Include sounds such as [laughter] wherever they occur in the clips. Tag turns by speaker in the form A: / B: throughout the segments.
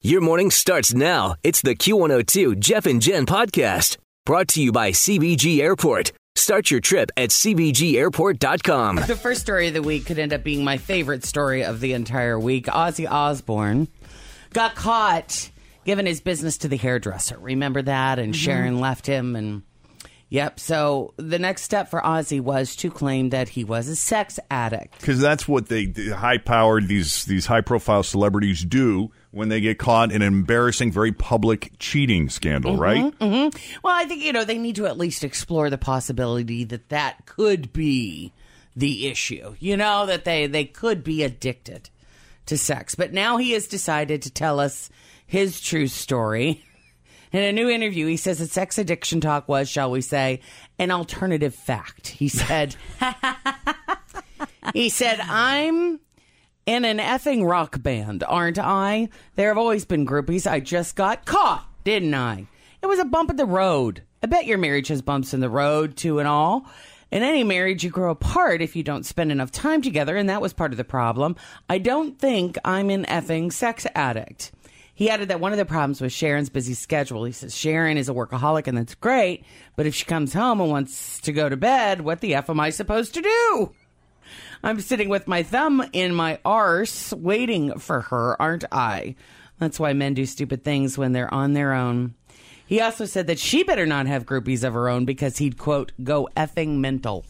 A: Your morning starts now. It's the Q102 Jeff and Jen podcast brought to you by CBG Airport. Start your trip at CBGAirport.com.
B: The first story of the week could end up being my favorite story of the entire week. Ozzy Osbourne got caught giving his business to the hairdresser. Remember that? And Sharon left him. And yep. So the next step for Ozzy was to claim that he was a sex addict.
C: because that's what they the high-powered these these high-profile celebrities do when they get caught in an embarrassing, very public cheating scandal,
B: Mm-hmm.
C: right?
B: Well, I think, you know, they need to at least explore the possibility that that could be the issue. You know, that they, they could be addicted to sex. But now he has decided to tell us his true story. [laughs] In a new interview, he says that sex addiction talk was, shall we say, an alternative fact. He said, [laughs] he said, I'm in an effing rock band, aren't I? There have always been groupies. I just got caught, didn't I? It was a bump in the road. I bet your marriage has bumps in the road, too, and all. In any marriage, you grow apart if you don't spend enough time together, and that was part of the problem. I don't think I'm an effing sex addict. He added that one of the problems was Sharon's busy schedule. He says Sharon is a workaholic, and that's great, but if she comes home and wants to go to bed, what the F am I supposed to do? I'm sitting with my thumb in my arse waiting for her, aren't I? That's why men do stupid things when they're on their own. He also said that she better not have groupies of her own because he'd, quote, go effing mental.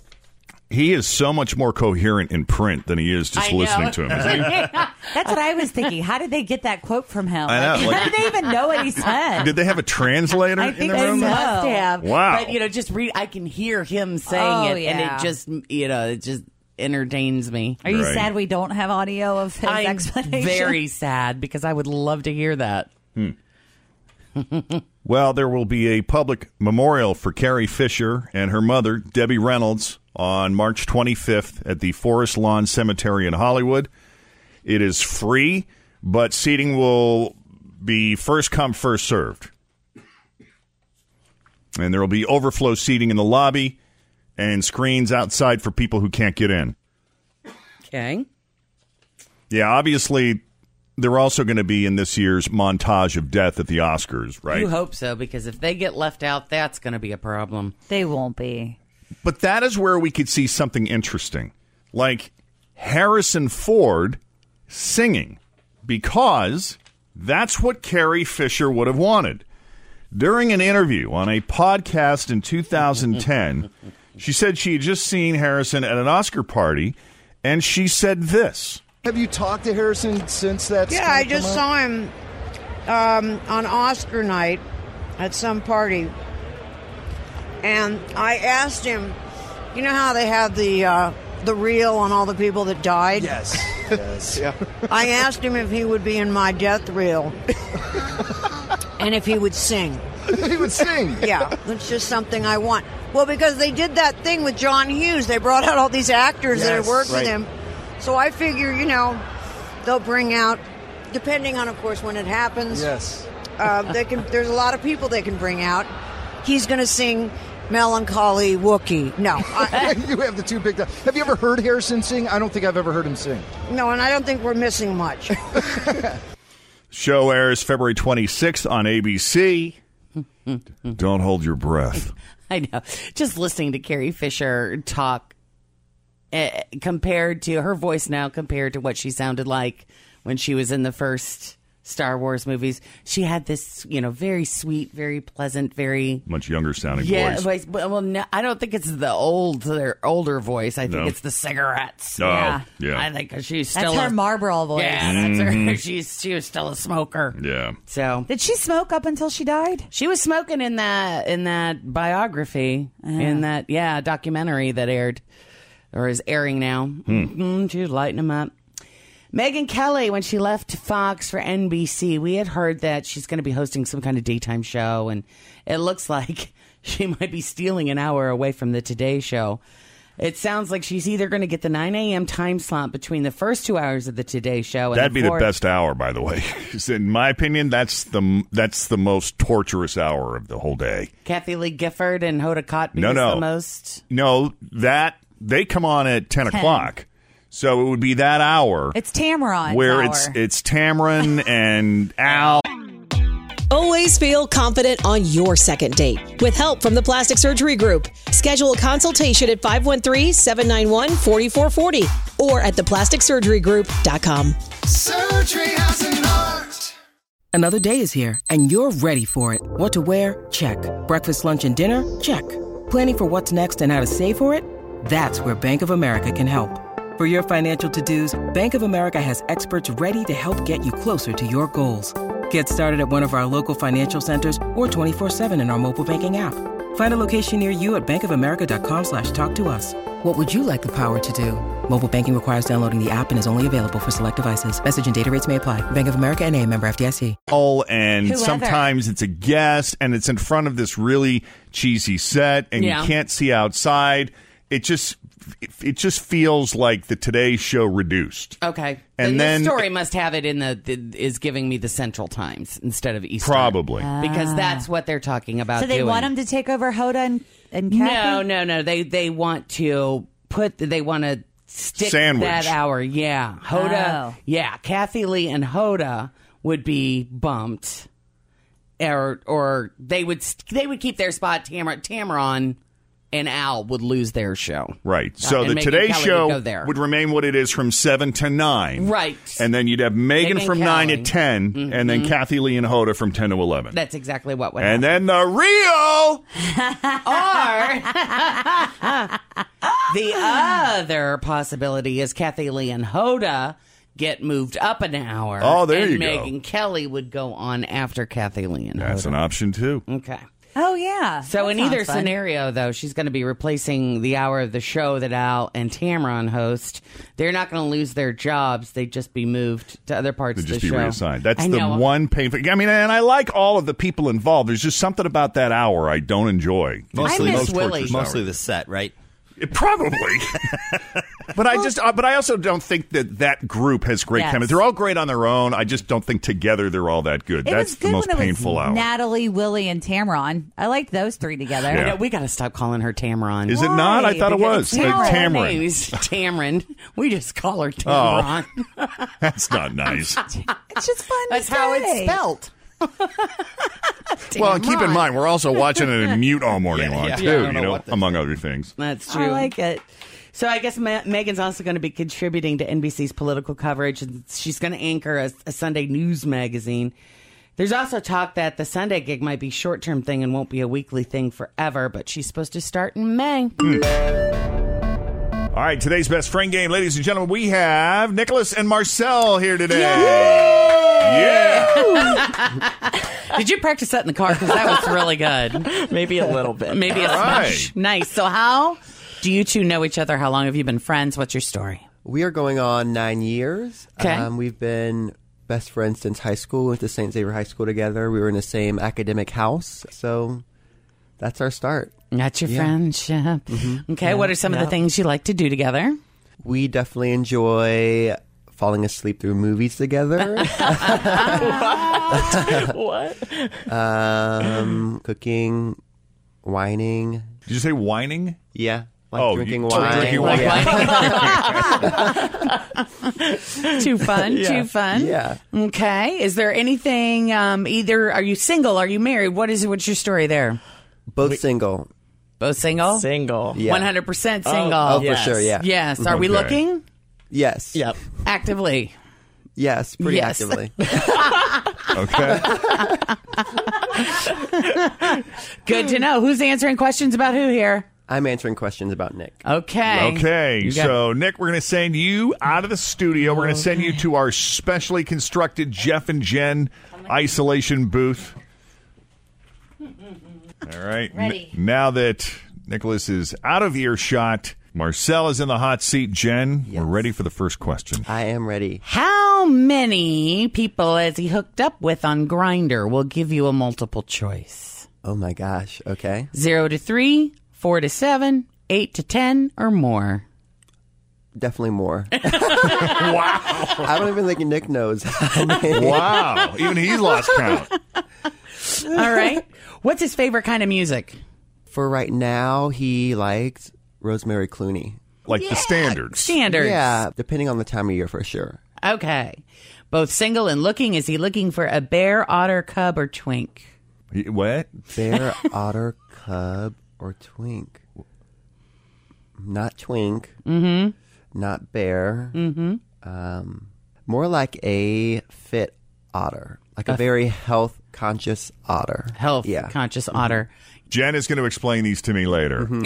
C: He is so much more coherent in print than he is just
B: I know.
C: listening
D: [laughs]
C: to him. isn't he?
D: That's what I was thinking. How did they get that quote from him?
C: I
D: Like,
C: know, like-
D: how did they even know
C: [laughs]
D: what he
B: [laughs]
D: said?
C: Did they have a translator
D: I
C: in
D: think
C: the
D: they
C: room?
D: must
B: Must have.
C: Wow.
B: But, you know, just read, I can hear him saying
D: Oh,
B: it,
D: yeah.
B: and it just, you know, it just entertains me.
D: Are you
C: Right.
D: sad we don't have audio of his explanation? [laughs]
B: very sad because I would love to hear that.
C: Well, there will be a public memorial for Carrie Fisher and her mother, Debbie Reynolds, on March 25th at the Forest Lawn Cemetery in Hollywood. It is free, but seating will be first come, first served. And there will be overflow seating in the lobby and screens outside for people who can't get in.
B: Okay.
C: Yeah, obviously, they're also going to be in this year's montage of death at the Oscars, right?
B: You hope so because if they get left out, that's going to be a problem.
D: They won't be.
C: But that is where we could see something interesting, like Harrison Ford singing, because that's what Carrie Fisher would have wanted. During an interview on a podcast in 2010, she said she had just seen Harrison at an Oscar party, and she said this.
E: Have you talked to Harrison since that?
F: Yeah, I just saw him um, on Oscar night at some party, and I asked him, you know how they have the uh, the reel on all the people that died.
C: [laughs]
E: Yes. yes. Yeah.
F: [laughs] I asked him if he would be in my death reel, and if he would sing.
E: [laughs] he would sing.
F: Yeah, it's just something I want. Well, because they did that thing with John Hughes, they brought out all these actors that had
E: Yes,
F: worked
E: right.
F: with him. So I figure, you know, they'll bring out, depending on, of course, when it happens.
E: Yes.
F: Uh, they can. There's a lot of people they can bring out. He's going to sing "Melancholy Wookie." No, I,
E: [laughs] you have the two picked up. Have you ever heard Harrison sing? I don't think I've ever heard him sing.
F: no, and I don't think we're missing much.
C: Show airs February 26th
E: [laughs]
C: on ABC. Don't hold your breath.
B: [laughs] I know. Just listening to Carrie Fisher talk eh, compared to her voice now compared to what she sounded like when she was in the first Star Wars movies. She had this, you know, very sweet, very pleasant, very
C: Much younger sounding
B: yeah
C: voice.
B: voice. But, well, no, I don't think it's the old their older voice. I think
C: No?
B: it's the cigarettes.
C: Oh, Yeah. yeah.
B: I think she's [laughs]
D: That's
B: still
D: her
B: a,
D: Marlboro voice.
B: Yeah, that's her. [laughs] She's she was still a smoker.
C: Mm-hmm. yeah.
B: So
D: Did she smoke up until she died?
B: she was smoking in that in that biography in that yeah documentary that aired or is airing now. hmm She was lighting them up. Megan Kelly, when she left Fox for NBC, we had heard that she's going to be hosting some kind of daytime show, and it looks [laughs] like she might be stealing an hour away from the Today Show. It sounds like she's either going to get the 9 a.m. time slot between the first two hours of the Today Show. And
C: That'd be the
B: fourth-
C: best hour, by the way. [laughs] 'Cause In my opinion, that's the that's the most torturous hour of the whole day.
B: Kathy Lee Gifford and Hoda Kotb
C: No,
B: is
C: no.
B: the most.
C: No, that they come on at ten, o'clock, so it would be that hour
D: It's Tamron.
C: where it's it's Tamron and Al.
G: Always feel confident on your second date. With help from the Plastic Surgery Group, schedule a consultation at 513-791-4440 or at theplasticsurgerygroup.com.
E: Surgery has an art.
H: Another day is here, and you're ready for it. What to wear? Check. Breakfast, lunch, and dinner? Check. Planning for what's next and how to save for it? That's where Bank of America can help. For your financial to-dos, Bank of America has experts ready to help get you closer to your goals. Get started at one of our local financial centers or 24-7 in our mobile banking app. Find a location near you at bankofamerica.com slash talk to us. What would you like the power to do? Mobile banking requires downloading the app and is only available for select devices. Message and data rates may apply. Bank of America and a member FDIC.
C: all, and
D: Whoever.
C: sometimes it's a guest and it's in front of this really cheesy set and
B: Yeah.
C: you can't see outside it just it, it just feels like the today show reduced
B: Okay,
C: And then-
B: the story must have it in the, the is giving me the Central Times instead of Eastern,
C: probably
B: because that's what they're talking about.
D: so they
B: doing.
D: want him to take over Hoda and, and Kathy?
B: No, no, no. They they want to put. They want to stick
C: Sandwich.
B: that hour. Yeah,
D: Oh.
B: Hoda. Yeah, Kathy Lee and Hoda would be bumped, or or they would they would keep their spot. Tamara Tamron and Al would lose their show.
C: right so
B: and
C: the
B: Megyn
C: today
B: Kelly
C: show
B: would go there.
C: remain what it is from 7 to 9
B: Right.
C: and then you'd have megan,
B: Megyn
C: from 9 to
B: Kelly. Mm-hmm.
C: 10 and then kathy lee and hoda from 10 to 11
B: That's exactly what would
C: and then the real
B: happen. Or the other possibility is Kathy Lee and Hoda get moved up an hour.
C: Oh, there
B: and
C: you go.
B: Megan Kelly would go on after Kathy Lee and
C: that's
B: Hoda.
C: an option too
B: Okay.
D: Oh, yeah.
B: So
D: That
B: in either
D: sounds fun.
B: scenario, though, she's going to be replacing the hour of the show that Al and Tamron host. They're not going to lose their jobs; they'd just be moved to other parts
C: to
B: of
C: just
B: the
C: be
B: show.
C: reassigned. That's
B: I
C: the
B: know.
C: one painful. I mean, and I like all of the people involved. There's just something about that hour I don't enjoy.
B: I miss
C: most
B: Willie.
C: torturous
I: Mostly the set, right?
C: It probably. but I just, uh, but I also don't think that that group has great
D: Yes.
C: chemistry. They're all great on their own. I just don't think together they're all that good.
D: It
C: That's
D: was good
C: the most
D: when it was
C: painful hour.
D: Natalie, Willie, and Tamron. I liked those three together.
C: Yeah.
B: Yeah, we got to stop calling her Tamron.
C: Is it not? I thought it was.
B: It's not
C: Like
B: her [laughs] name.
C: Tamron. Oh.
B: It's Tamron. We just call her Tamron.
C: [laughs] That's not
D: It's
C: nice.
D: just fun. to
B: That's how it's
D: say.
B: spelt.
C: well, and keep in mind, we're also watching
B: [laughs]
C: it in mute all morning long,
I: yeah.
C: too,
I: Yeah, I don't
C: you
I: know
C: know,
I: what this
C: among other things.
B: That's true.
D: I like it.
B: So I guess Ma- Megan's also going to be contributing to NBC's political coverage, and she's going to anchor a, a Sunday news magazine. There's also talk that the Sunday gig might be short term thing and won't be a weekly thing forever, but she's supposed to start in May.
C: All right, today's best friend game, ladies and gentlemen, we have Nicholas and Marcel here today. Yeah.
B: Did you practice that in the car? Because that was really good. [laughs] Maybe a little bit. [laughs] Maybe a
C: All right.
B: smash. Nice. So how do you two know each other? How long have you been friends? What's your story?
I: We are going on nine years.
B: Okay.
I: Um, we've been best friends since high school. Went to St. Xavier High School together. We were in the same academic house. So that's our start.
B: That's your friendship. Okay. What are some of the things you like to do together?
I: We definitely enjoy falling asleep through movies together. [laughs]
B: [laughs]
I: what? Um, cooking, whining.
C: Did you say whining?
I: Yeah. Like
C: Oh,
I: drinking
C: you- oh,
I: wine.
C: drinking wine.
I: Yeah.
B: [laughs] too fun. Too fun.
I: Yeah.
B: Okay. Is there anything? Um, either are you single? Are you married? What is? What's your story there?
I: Both single.
B: [laughs] Both single.
J: Single.
I: Yeah.
B: One hundred percent single.
I: Oh, for sure. Yeah.
B: Yes. Are we
C: Okay.
B: looking
I: Yes.
J: Yep.
B: actively? [laughs]
I: Yes. Pretty
B: Yes. [laughs]
I: actively.
C: Okay.
B: Good to know. Who's answering questions about who here?
I: I'm answering questions about Nick.
B: Okay.
C: Okay.
B: You got-
C: so, Nick, we're going to send you out of the studio. We're going to send you to our specially constructed Jeff and Jen isolation booth. All right. N-
J: Ready.
C: now that Nicholas is out of earshot, Marcel is in the hot seat. Jen, we're ready for the first question.
I: I am ready.
B: How many people has he hooked up with on Grinder? We'll give you a multiple choice.
I: Oh my gosh. Okay.
B: Zero to three, four to seven, eight to ten, or more.
I: Definitely more.
C: wow.
I: I don't even think Nick knows.
C: [laughs] Wow. Even he's lost count.
B: [laughs] All right. What's his favorite kind of music?
I: For right now, he likes Rosemary Clooney.
C: Like the standards.
B: standards.
I: Yeah, depending on the time of year for sure.
B: [laughs] Okay. Both single and looking. Is he looking for a bear, otter, cub, or
C: [laughs]
B: twink?
C: What?
I: Bear, [laughs] otter, cub, or twink? Not twink. Mm-hmm. Not bear.
B: Mhm.
I: Um, more like a fit otter, like a,
B: A-
I: very health conscious otter. Mm-hmm.
B: Health conscious otter.
C: Jen is going to explain these to me later.
I: Mm-hmm.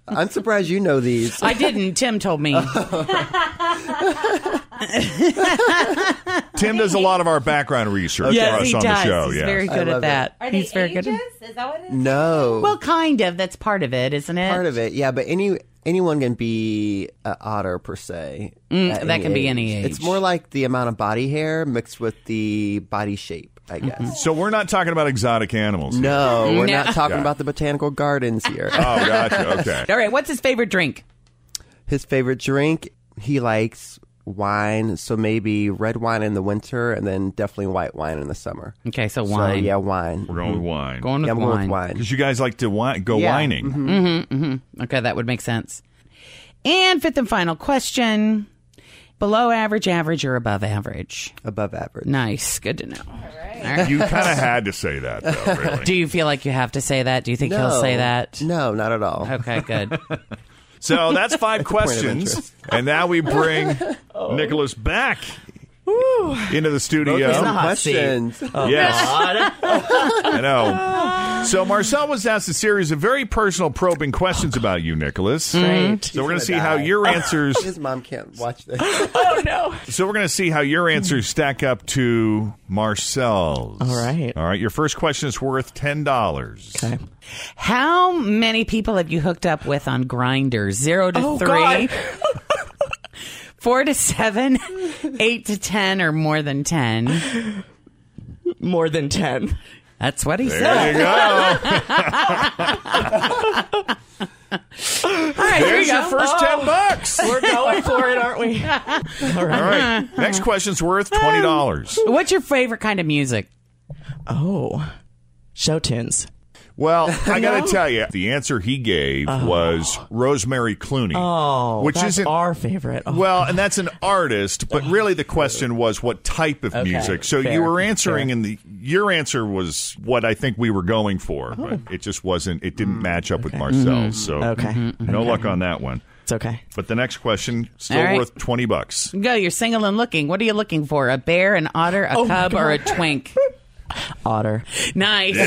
I: [laughs] I'm surprised you know these.
B: I didn't. Tim
I: [laughs]
B: told me.
C: Tim does a lot of our background research
B: Yes,
C: for us
B: he
C: on
B: does.
C: the show.
B: He's
C: yes.
B: very good at that.
D: Are they
B: He's very good.
D: ages? Is that what it is?
I: No.
B: Well, kind of. That's part of it, isn't it?
I: Part of it, yeah, but any anyone can be an otter per se.
B: Mm,
I: at
B: that can be any
I: It's
B: age.
I: more like the amount of body hair mixed with the body shape, I guess.
C: So we're not talking about exotic animals. here.
I: No, we're
B: Mm-hmm. No.
I: not talking
C: Yeah.
I: about the botanical gardens here.
C: Oh, gotcha. Okay.
B: [laughs] All right. What's his favorite drink?
I: [laughs] His favorite drink, he likes wine, so maybe red wine in the winter and then definitely white wine in the summer.
B: Okay, so
I: So,
B: wine.
I: yeah, wine. Mm-hmm.
C: We're going with wine.
B: Going with
I: Yeah, I'm going
B: wine.
I: with wine.
C: Because you guys like to wi- go
I: Yeah.
C: whining.
B: Mm-hmm, mm-hmm. Okay, that would make sense. And fifth and final question: below average, average, or above average?
I: Above average.
B: Nice. Good to know. All right.
C: You kind
B: [laughs]
C: of had to say that, though, really.
B: Do you feel like you have to say that? Do you think
I: No.
B: he'll say that?
I: No, not at all. [laughs]
B: Okay, good.
C: So that's five
I: point of
C: questions.
I: interest.
C: And now
I: [laughs]
C: we bring Nicholas back into the
I: Oh. Those are
C: studio.
I: some Oh,
B: the hot seat.
I: questions.
C: Oh, yes. I
I: [laughs]
C: know. So Marcel was asked a series of very personal probing questions about you, Nicholas.
I: Great.
C: So we're going
I: He's
C: to see
I: gonna
C: how
I: die. [laughs]
C: your answers
I: His mom can't watch this.
C: So we're going to see how your
I: Hmm.
C: answers stack up to Marcel's. All
B: right.
C: All right. Your first question is
I: [laughs]
C: worth $10. Okay.
B: How many people have you hooked up with on Grinder? Zero to
C: Oh,
B: three,
C: God.
K: [laughs]
B: four to seven, eight to ten, or more than ten?
K: More than 10.
B: That's what he
C: There
B: said.
C: you go.
B: [laughs] All right, here
C: There's
B: you
C: your
B: go. Oh.
C: first 10 bucks.
K: We're going for it, aren't we?
C: All
B: [laughs]
C: right. Next question's worth $20.
B: Um, What's your favorite kind of music?
K: Oh, show tunes.
C: Well, I
K: [laughs]
C: got to tell you, the answer he gave
I: Uh-huh.
C: was Rosemary Clooney.
K: Oh,
C: which
K: that's
C: isn't
K: our favorite. Oh,
C: Well, and that's an artist, but really the question was what type of
K: Okay,
C: music. So you
K: fair,
C: were answering,
K: fair.
C: and the your answer was what I think we were going for,
K: Oh.
C: but it just wasn't. It didn't match up with Marcel's. So
K: Mm, Mm-hmm, Okay.
C: no luck on that one.
K: it's okay.
C: But the next question still
B: All right.
C: worth twenty bucks.
B: Go, you're single and looking. What are you looking for? A bear, an otter, a cub, or a twink? [laughs]
K: Otter.
B: Nice. [laughs]
C: All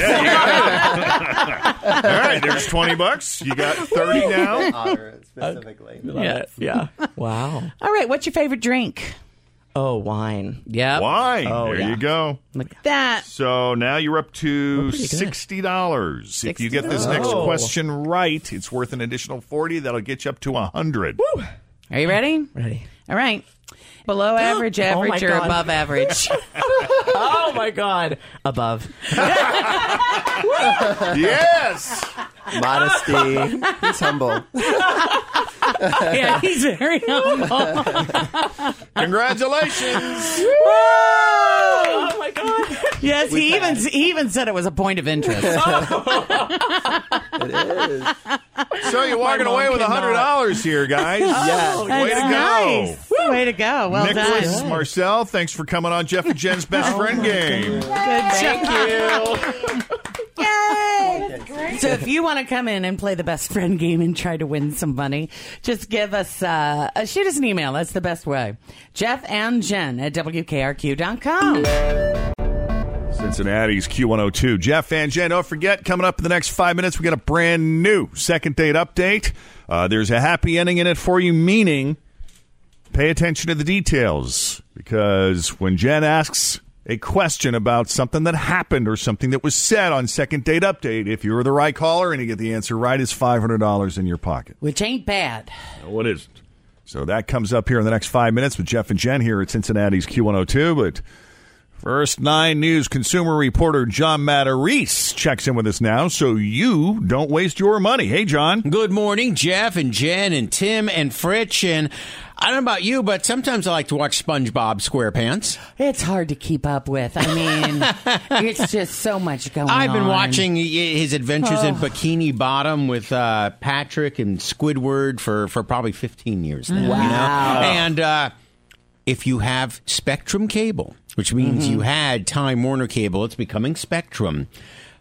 C: right, there's twenty bucks. You
K: [laughs]
C: got thirty now.
I: Otter specifically.
K: Yeah. Yeah. Wow.
B: All right, what's your favorite drink?
K: Oh, wine.
B: Yep.
C: Why?
K: Oh,
C: there
K: yeah.
C: you go.
B: Look at that.
C: So now you're up to
K: pretty good.
C: sixty dollars. If you get this next
K: $60.
C: question right, it's worth an additional forty. That'll get you up to a hundred.
B: Are you ready?
K: Ready.
B: All right. Below [gasps] average,
K: Oh my
B: average, or
K: God.
B: above [laughs] average?
K: Oh, my God.
L: [laughs]
K: Above.
I: [laughs]
C: Yes.
I: Modesty. He's humble.
K: [laughs]
B: yeah, he's very humble.
C: Congratulations.
K: Oh, my God.
B: Yes, he even he even said [laughs] it was a point of interest.
C: so you're walking
B: mom
C: away with a
B: cannot.
C: hundred dollars here, guys.
I: Yes.
C: Way to go.
B: Oh, nice. Way to go. Well
C: Nicholas,
B: done.
C: Marcel, thanks for coming on Jeff and Jen's
K: Oh
C: Best Friend Game.
B: Good job.
C: you.
D: Yay! Great.
B: so if you want to come in and play the best friend game and try to win some money, just give us uh, uh, shoot us an email. That's the best way. Jeff and Jen at wkrq.com.
C: Cincinnati's Q102. Jeff and Jen, don't forget, coming up in the next five minutes, we got a brand new second date update. Uh, there's a happy ending in it for you, meaning pay attention to the details because when Jen asks a question about something that happened or something that was said on second date update, if you're the right caller and you get the answer right, it's $500 in your pocket.
B: Which ain't bad.
C: What is? So that comes up here in the next five minutes with Jeff and Jen here at Cincinnati's Q102. But first, Nine News consumer reporter John Matarese checks in with us now so you don't waste your money. Hey, John.
J: Good morning, Jeff and Jen and Tim and Fritch. And I don't know about you, but sometimes I like to watch SpongeBob SquarePants.
B: It's hard to keep up with. I mean, it's just so much going on.
J: I've been watching y- his adventures in
B: Oh.
J: Bikini Bottom with uh, Patrick and Squidward for, for probably 15 years now. you know?
K: Wow.
J: And uh, if you have Spectrum cable, which means
B: Mm-hmm.
K: Mhm.
J: you had Time Warner cable, it's becoming Spectrum,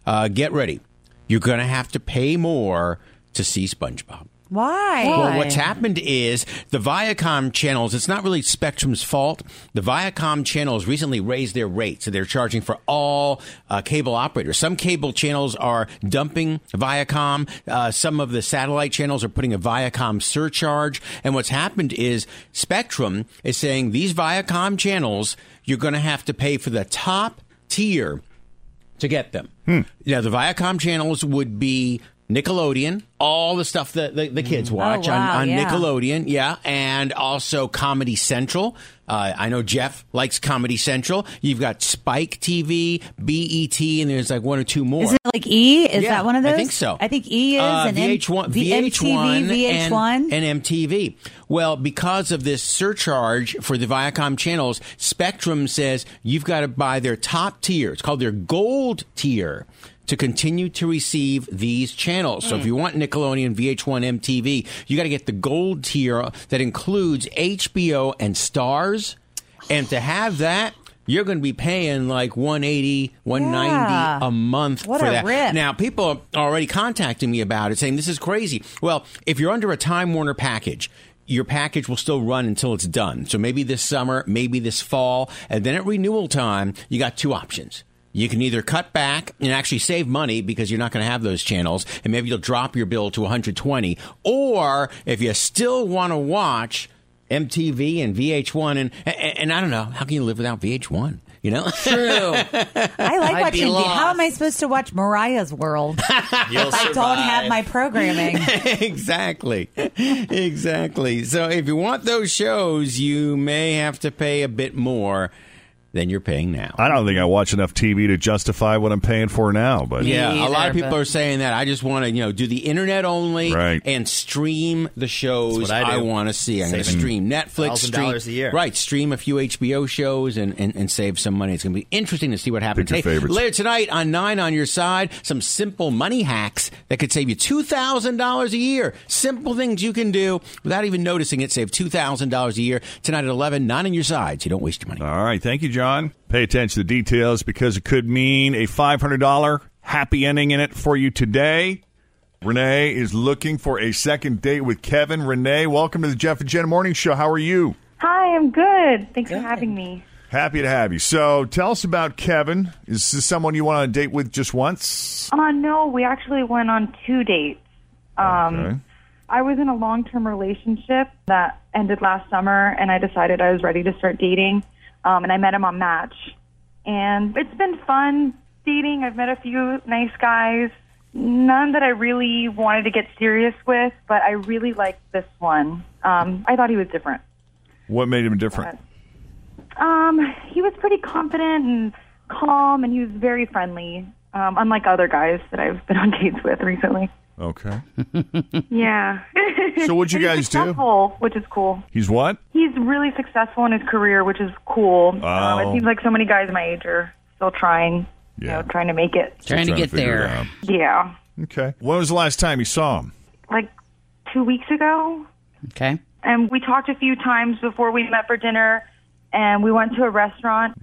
J: uh, get ready. You're going to have to pay more to see SpongeBob.
D: Why?
J: Well, what's happened is the Viacom channels, it's not really Spectrum's fault. The Viacom channels recently raised their rates. So they're charging for all uh, cable operators. Some cable channels are dumping Viacom. Uh, some of the satellite channels are putting a Viacom surcharge. And what's happened is Spectrum is saying these Viacom channels, you're going to have to pay for the top tier to get them.
K: Hmm.
J: Now, the Viacom channels would be Nickelodeon, all the stuff that the, the kids watch
K: Mm. Oh, wow,
J: on, on
K: yeah.
J: Nickelodeon, yeah, and also Comedy Central. Uh, I know Jeff likes Comedy Central. You've got Spike TV, BET, E and there's like one or two more.
D: Is it like E? Is
J: Yeah,
D: that one of
J: I
D: those?
J: think so.
D: I think E is
J: Uh,
D: and M-
J: VH1,
D: the
J: VH1,
D: MTV, VH1.
J: and, and MTV. Well, because of this surcharge for the Viacom channels, Spectrum says you've got to buy their top tier. It's called their gold tier to continue to receive these channels. So if you want Nickelodeon, VH1, MTV, you got to get the gold tier that includes HBO and Stars. And to have that, you're going to be paying like 180, 190
K: Yeah.
J: a month
K: What
J: for
K: a
J: that.
K: rip.
J: Now, people are already contacting me about it, saying this is crazy. Well, if you're under a Time Warner package, your package will still run until it's done. So maybe this summer, maybe this fall, and then at renewal time, you got two options. You can either cut back and actually save money because you're not going to have those channels, and maybe you'll drop your bill to 120. Or if you still want to watch MTV and VH1, and, and and I don't know, how can you live without VH1? You know,
B: True. [laughs]
J: [laughs]
D: I like
J: I'd be
D: watching.
J: lost.
D: How am I supposed to watch Mariah's
B: [laughs]
D: World?
J: You'll
D: if I don't have
J: survive.
D: my programming.
J: [laughs] exactly. Exactly. So if you want those shows, you may have to pay a bit more than you're paying now.
C: I don't think I watch enough TV to justify what I'm paying for now, but
J: yeah, a lot of people are saying that. I just want to, you know, do the internet only
C: Right.
J: and stream the shows
L: That's what I
J: I,
L: do.
J: want to see. I'm going to
L: Saving
J: stream Netflix, stream
L: $1,000 a year.
J: right? Stream a few HBO shows and, and, and save some money. It's going to be interesting to see what happens.
C: Pick your favorites.
J: later tonight on Nine on Your Side, some simple money hacks that could save you two thousand dollars a year. Simple things you can do without even noticing it. Save two thousand dollars a year tonight at eleven. Nine on Your Side, so you don't waste your money.
C: All right. Thank you, John. Pay attention to the details because it could mean a $500 happy ending in it for you today. Renee is looking for a second date with Kevin. Renee, welcome to the Jeff and Jen Morning Show. How are you?
M: Hi, I'm good. Thanks for having me.
C: Happy to have you. So tell us about Kevin. Is this someone you want to date with just once?
M: Uh, no, we actually went on two dates. Um,
C: Okay.
M: I was in a long term relationship that ended last summer, and I decided I was ready to start dating. Um, and I met him on Match. And it's been fun dating. I've met a few nice guys, none that I really wanted to get serious with, but I really liked this one. Um, I thought he was different.
C: What made him different?
M: Um, he was pretty confident and calm, and he was very friendly, um, unlike other guys that I've been on [laughs] dates with recently.
C: [laughs] Okay.
M: [laughs] Yeah.
C: So what'd you
M: And
C: guys
M: he's
C: do?
M: successful, Which is cool.
C: He's what?
M: He's really successful in his career, which is cool. Um,
C: Oh.
M: it seems like so many guys my age are still trying, you know, trying to make it.
C: Still Trying to trying to get figure it there. out.
M: Yeah,
C: Okay. When was the last time you saw him?
M: like two weeks ago.
B: Okay.
M: and we talked a few times before we met for dinner and we went to a restaurant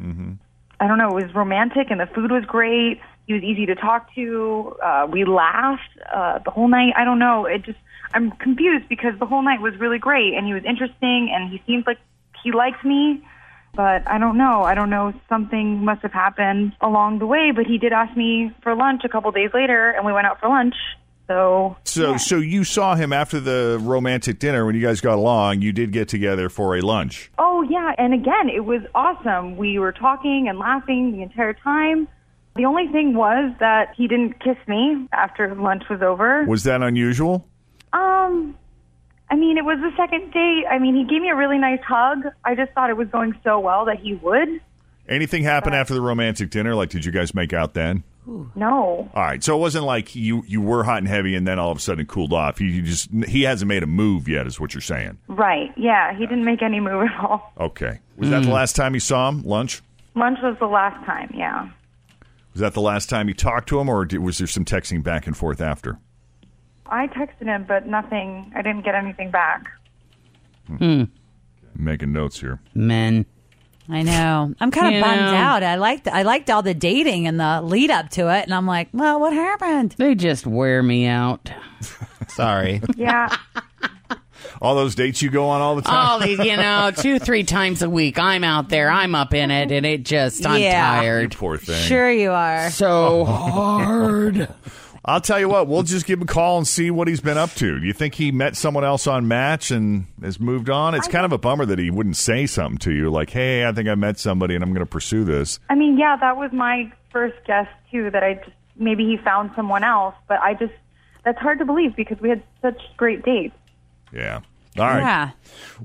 M: i don't know it was romantic and the food was great he was easy to talk to. Uh, we laughed uh, the whole night. I don't know. It just I'm confused because the whole night was really great and he was interesting and he seemed like he liked me. But I don't know. I don't know. Something must have happened along the way. But he did ask me for lunch a couple days later, and we went out for lunch. So
C: So, so you saw him after the romantic dinner when you guys got along. You did get together for a lunch.
M: Oh, yeah. And again, it was awesome. We were talking and laughing the entire time. The only thing was that he didn't kiss me after lunch was over.
C: Was that unusual?
M: Um, I mean, it was the second date. I mean, he gave me a really nice hug. I just thought it was going so well that he would.
C: Anything happen after the romantic dinner? Like, did you guys make out then?
M: No.
C: All right, so it wasn't like you you were hot and heavy, and then all of a sudden it cooled off. You, you just he hasn't made a move yet, is what you're saying.
M: Right. Yeah. He didn't make any move at all.
C: Okay, was
B: Hmm.
C: that the last time you saw him? Lunch?
M: Lunch was the last time. Yeah.
C: Was that the last time you talked to him, or did, was there some texting back and forth after?
M: I texted him, but nothing. I didn't get anything back.
B: Hmm.
C: Making notes here.
B: Men.
D: I know. I'm kind
B: You
D: of bummed
B: know.
D: out. I liked I liked all the dating and the lead up to it, and I'm like, well, what happened?
B: They just wear me out.
J: Sorry.
M: Yeah.
C: All those dates you go on all the time.
B: All these, you
C: [laughs]
B: know, two, three times a week, I'm out there, I'm up in it, and it just, I'm
D: Yeah.
B: tired.
C: You poor thing.
D: Sure you
C: [laughs]
D: are.
B: So hard.
C: I'll tell you what, we'll just give him a call and see what he's been up to. Do you think he met someone else on Match and has moved on? It's kind of a bummer that he wouldn't say something to you like, hey, I think I met somebody and I'm going to pursue this.
M: I mean, yeah, that was my first guess too. That I just maybe he found someone else, but I just that's hard to believe because we had such great dates.
C: Yeah. All right.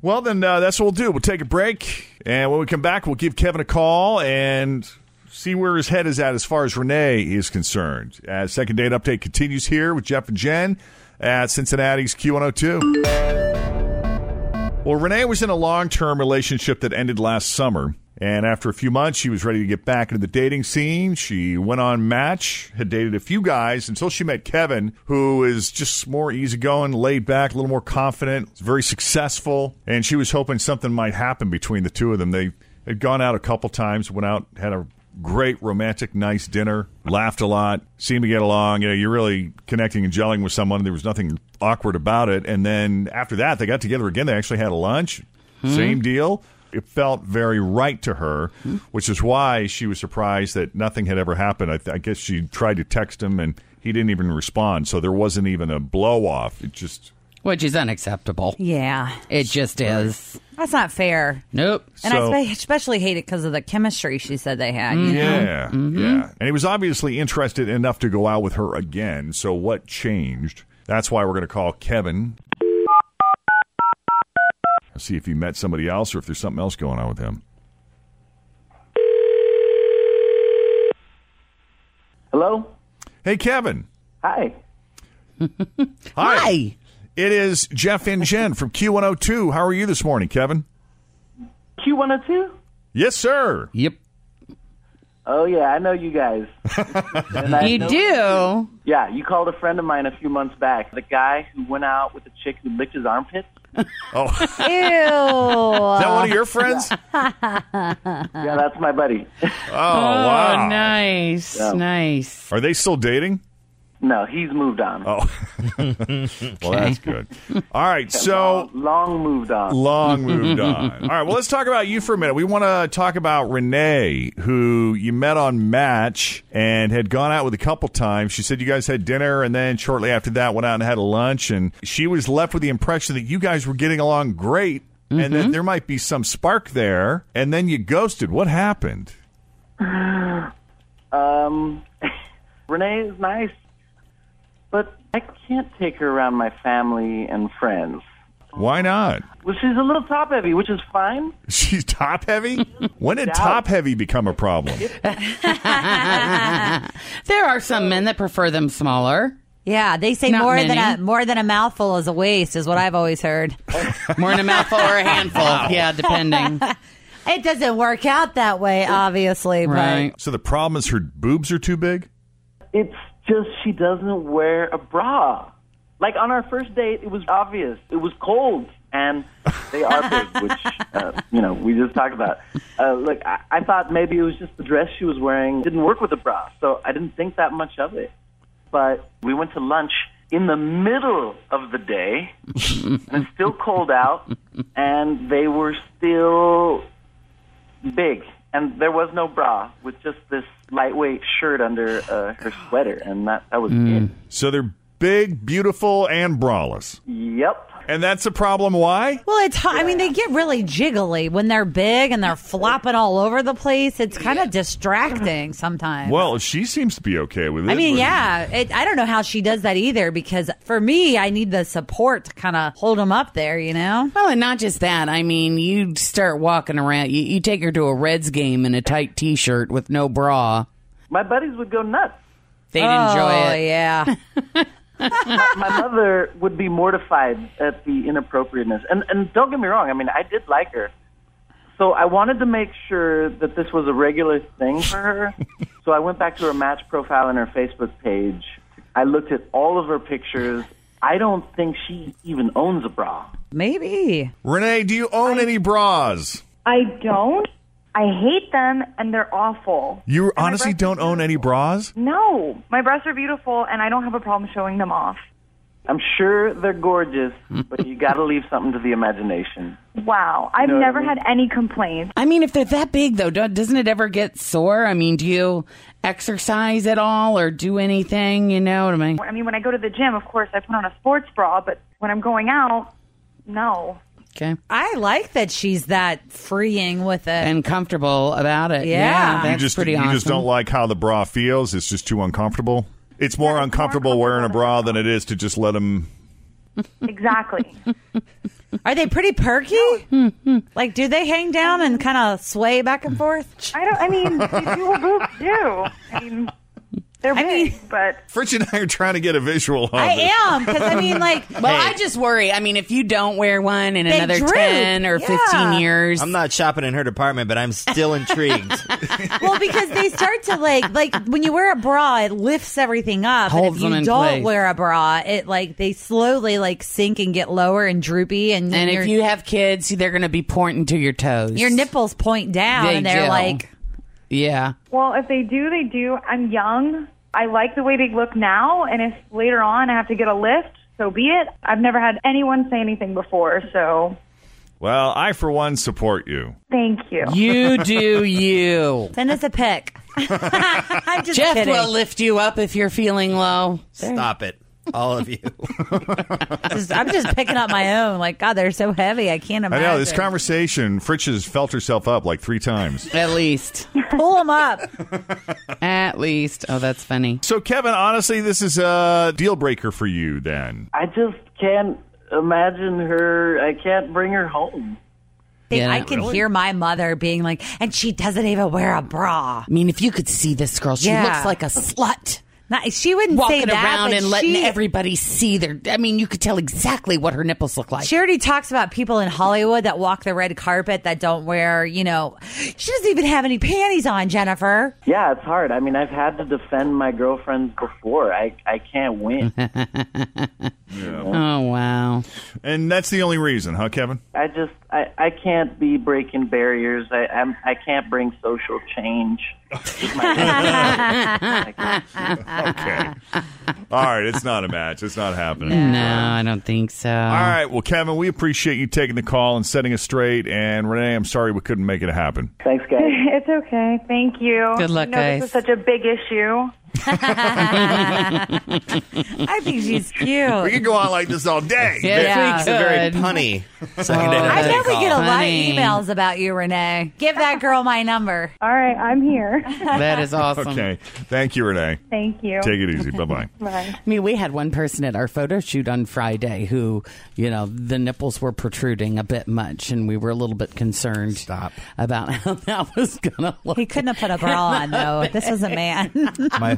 C: Well, then uh, that's what we'll do. We'll take a break. And when we come back, we'll give Kevin a call and see where his head is at as far as Renee is concerned. Uh, second date update continues here with Jeff and Jen at Cincinnati's Q102. Well, Renee was in a long term relationship that ended last summer. And after a few months, she was ready to get back into the dating scene. She went on Match, had dated a few guys until she met Kevin, who is just more easygoing, laid back, a little more confident, very successful. And she was hoping something might happen between the two of them. They had gone out a couple times, went out, had a great romantic nice dinner laughed a lot seemed to get along you know you're really connecting and gelling with someone there was nothing awkward about it and then after that they got together again they actually had a lunch
L: Hmm.
C: same deal it felt very right to her which is why she was surprised that nothing had ever happened I, th- I guess she tried to text him and he didn't even respond so there wasn't even a blow off it just
B: Which is unacceptable.
D: Yeah,
B: It just is.
D: that's not fair.
B: Nope.
D: And I spe- especially hate it because of the chemistry she said they had. you know?
C: Yeah, yeah. And he was obviously interested enough to go out with her again. So what changed? That's why we're going to call Kevin. See if he met somebody else or if there's something else going on with him.
N: Hello?
C: Hey, Kevin.
N: Hi.
C: [laughs] Hi. It is Jeff and Jen from Q102. How are you this morning, Kevin?
N: Q102?
C: Yes, sir.
B: Yep.
N: Oh, yeah, I know you guys. And I
B: You
N: know-
B: do?
N: Yeah, you called a friend of mine a few months back. The guy who went out with the chick who licked his armpit.
D: Ew.
C: Oh.
D: Is
N: that one of your friends? [laughs] Yeah, that's my buddy.
C: Oh, wow.
B: nice.
N: Yeah.
B: Nice.
C: Are they still dating?
N: No, he's moved on.
C: Oh. [laughs] Well, that's good. All
N: [laughs]
C: right, so
N: long moved on.
B: [laughs]
C: Long moved on. All right, well, let's talk about you for a minute. We want to talk about Renee, who you met on Match and had gone out with a couple times. She said you guys had dinner, and then shortly after that, went out and had a lunch. And she was left with the impression that you guys were getting along great, and
B: Mm-hmm.
C: that there might be some spark there. And then you ghosted. What happened?
N: Ah. Um, [laughs] Renee is nice, but I can't take her around my family and friends.
C: Why not?
N: Well, she's a little top heavy, which is fine.
C: [laughs] She's top heavy. When did
N: Doubt.
C: top heavy become a problem?
B: [laughs] There are some men that prefer them smaller.
D: Yeah, they say
B: Not
D: more than a
B: many.
D: more than a mouthful is a waste, is what I've always heard.
B: [laughs] More than a mouthful or a handful. Yeah, depending.
D: [laughs] It doesn't work out that way, obviously.
C: So the problem is her boobs are too big.
N: It's just she doesn't wear a bra. Like on our first date, it was obvious. It was cold. and they are big, which uh, you know we just talked about. Uh, look, I, I thought maybe it was just the dress she was wearing didn't work with the bra, so I didn't think that much of it. But we went to lunch in the middle of the day, and it's still cold out, and they were still big, and there was no bra with just this lightweight shirt under uh, her sweater, and that that was
B: Mm.
N: it.
C: So they're big, beautiful, and braless.
N: Yep.
C: And that's a problem. Why?
D: Well, it's. hot. I mean, they get really jiggly when they're big and they're flopping all over the place. It's kind of distracting sometimes.
C: Well, she seems to be okay with it.
D: I mean,
C: but-
D: yeah, it, I don't know how she does that either because for me, I need the support to kind of hold them up there, you know?
B: Well, and not just that. I mean, you start walking around. You, you take her to a Reds game in a tight T-shirt with no bra.
N: My buddies would go nuts.
B: They'd enjoy it. [laughs]
D: yeah.
N: my, my mother would be mortified at the inappropriateness. And and don't get me wrong, I mean I did like her. So I wanted to make sure that this was a regular thing
B: [laughs]
N: for her. so I went back to her match profile and her Facebook page. I looked at all of her pictures. I don't think she even owns a bra.
D: Maybe.
C: Renee, do you own any bras?
M: I don't. I hate them and they're awful.
C: You honestly don't own any bras?
M: No, my breasts are beautiful and I don't have a problem showing them off.
N: I'm sure they're gorgeous, but you got to leave something to the imagination.
M: Wow. I've
N: know what I
M: never
N: mean?
M: had any complaints.
B: I mean, if they're that big, though, don't, doesn't it ever get sore? I mean, do you exercise at all or do anything? You know what I mean?
M: I mean, when I go to the gym, of course, I put on a sports bra, but when I'm going out, no.
B: Okay.
D: I like that she's that freeing with it.
B: And comfortable about it. Yeah.
C: you
B: that's
C: just
B: pretty
C: you
B: awesome.
C: just don't like how the bra feels. It's just too uncomfortable. It's more uncomfortable wearing a bra than it is to just let them.
M: Exactly.
D: Are they pretty perky? Like, do they hang down and kind of sway back and forth?
M: I don't, I mean, they do what boobs do. I mean, they're big, but.
C: Fritz and I are trying to get a visual. On
D: I
C: this.
D: am, because I mean,
C: [laughs]
D: like,
B: [laughs] Well, I just worry. I mean, if you don't wear one in
D: They
B: another
D: droop.
B: 10 or
D: Yeah.
B: 15 years.
L: I'm not shopping in her department, but I'm still
D: [laughs]
L: intrigued.
D: [laughs] well, because they start to like like when you wear a bra, it lifts everything up. and
L: Holds
D: if
L: them
D: you
L: in
D: don't
L: place.
D: wear a bra, it like they slowly like sink and get lower and droopy. And
B: and
D: your-
B: if you have kids, they're going to be pointing to your toes.
D: your nipples point down,
B: They
D: and they're
B: do.
D: like,
B: yeah.
M: Well, if they do, they do. I'm young. I like the way they look now, and if later on I have to get a lift, so be it. I've never had anyone say anything before, so
C: Well, I for one support you.
M: thank you.
C: [laughs]
B: You do you.
D: send us a pic. [laughs] I'm just
B: Jeff
D: kidding.
B: will lift you up if you're feeling low.
L: Stop it, all of you.
D: Just- I'm just picking up my own. Like God, they're so heavy. I can't
C: I
D: imagine.
C: know this conversation. Fritz has felt herself up like three times.
B: At least.
D: Pull them up.
B: At least. Oh, that's funny.
C: So, Kevin, honestly, this is a deal breaker for
B: [laughs]
C: you. Then
N: I just can't imagine her. I can't bring her home.
D: Think
B: Yeah.
D: I can
B: Really?
D: hear my mother being like, and she doesn't even wear a bra.
B: I mean, if you could see this girl, she
D: Yeah.
B: looks like a slut.
D: Not, she wouldn't say
B: Walking
D: that.
B: around
D: but
B: and letting
D: she,
B: everybody see their. I mean, you could tell exactly what her nipples look like.
D: She already talks about people in Hollywood that walk the red carpet that don't wear, you know, she doesn't even have any panties on, Jennifer.
N: Yeah, it's hard. I mean, I've had to defend my girlfriends before. I I can't
C: Hmm.
N: win.
B: Oh wow!
C: And that's the only reason, huh, Kevin?
N: I just I, I can't be breaking barriers. I I'm, I can't bring social change. with my-
C: Okay. All right, it's not a match. It's not happening.
B: No, I don't think so.
C: All right, well, Kevin, we appreciate you taking the call and setting us straight. And Renee, I'm sorry we couldn't make it happen.
N: Thanks, guys.
M: [laughs] It's okay. Thank you.
C: Good luck,
M: I know
C: guys.
M: This is such a big issue.
D: [laughs] I think she's cute.
C: [laughs] We could go on like this
B: [laughs]
C: all day.
D: Yes, Yeah. we
L: It's a very
D: could.
L: punny.
D: I
L: Second
D: bet
L: identity
D: we
L: call.
D: get a lot of emails about you, Renee. Give that girl my number.
M: All right, I'm here.
D: [laughs]
B: That
C: [laughs]
B: is awesome.
C: Okay. Thank you, Renee.
M: Thank you.
C: Take it easy. Bye bye.
M: Bye.
B: I mean, we had one person at our photo shoot on Friday who, you know, the nipples were protruding a bit much, and we were a little bit concerned about how [laughs] that was going to look.
D: He couldn't have put a bra on,
B: [laughs]
D: though. This was a man. [laughs]
L: My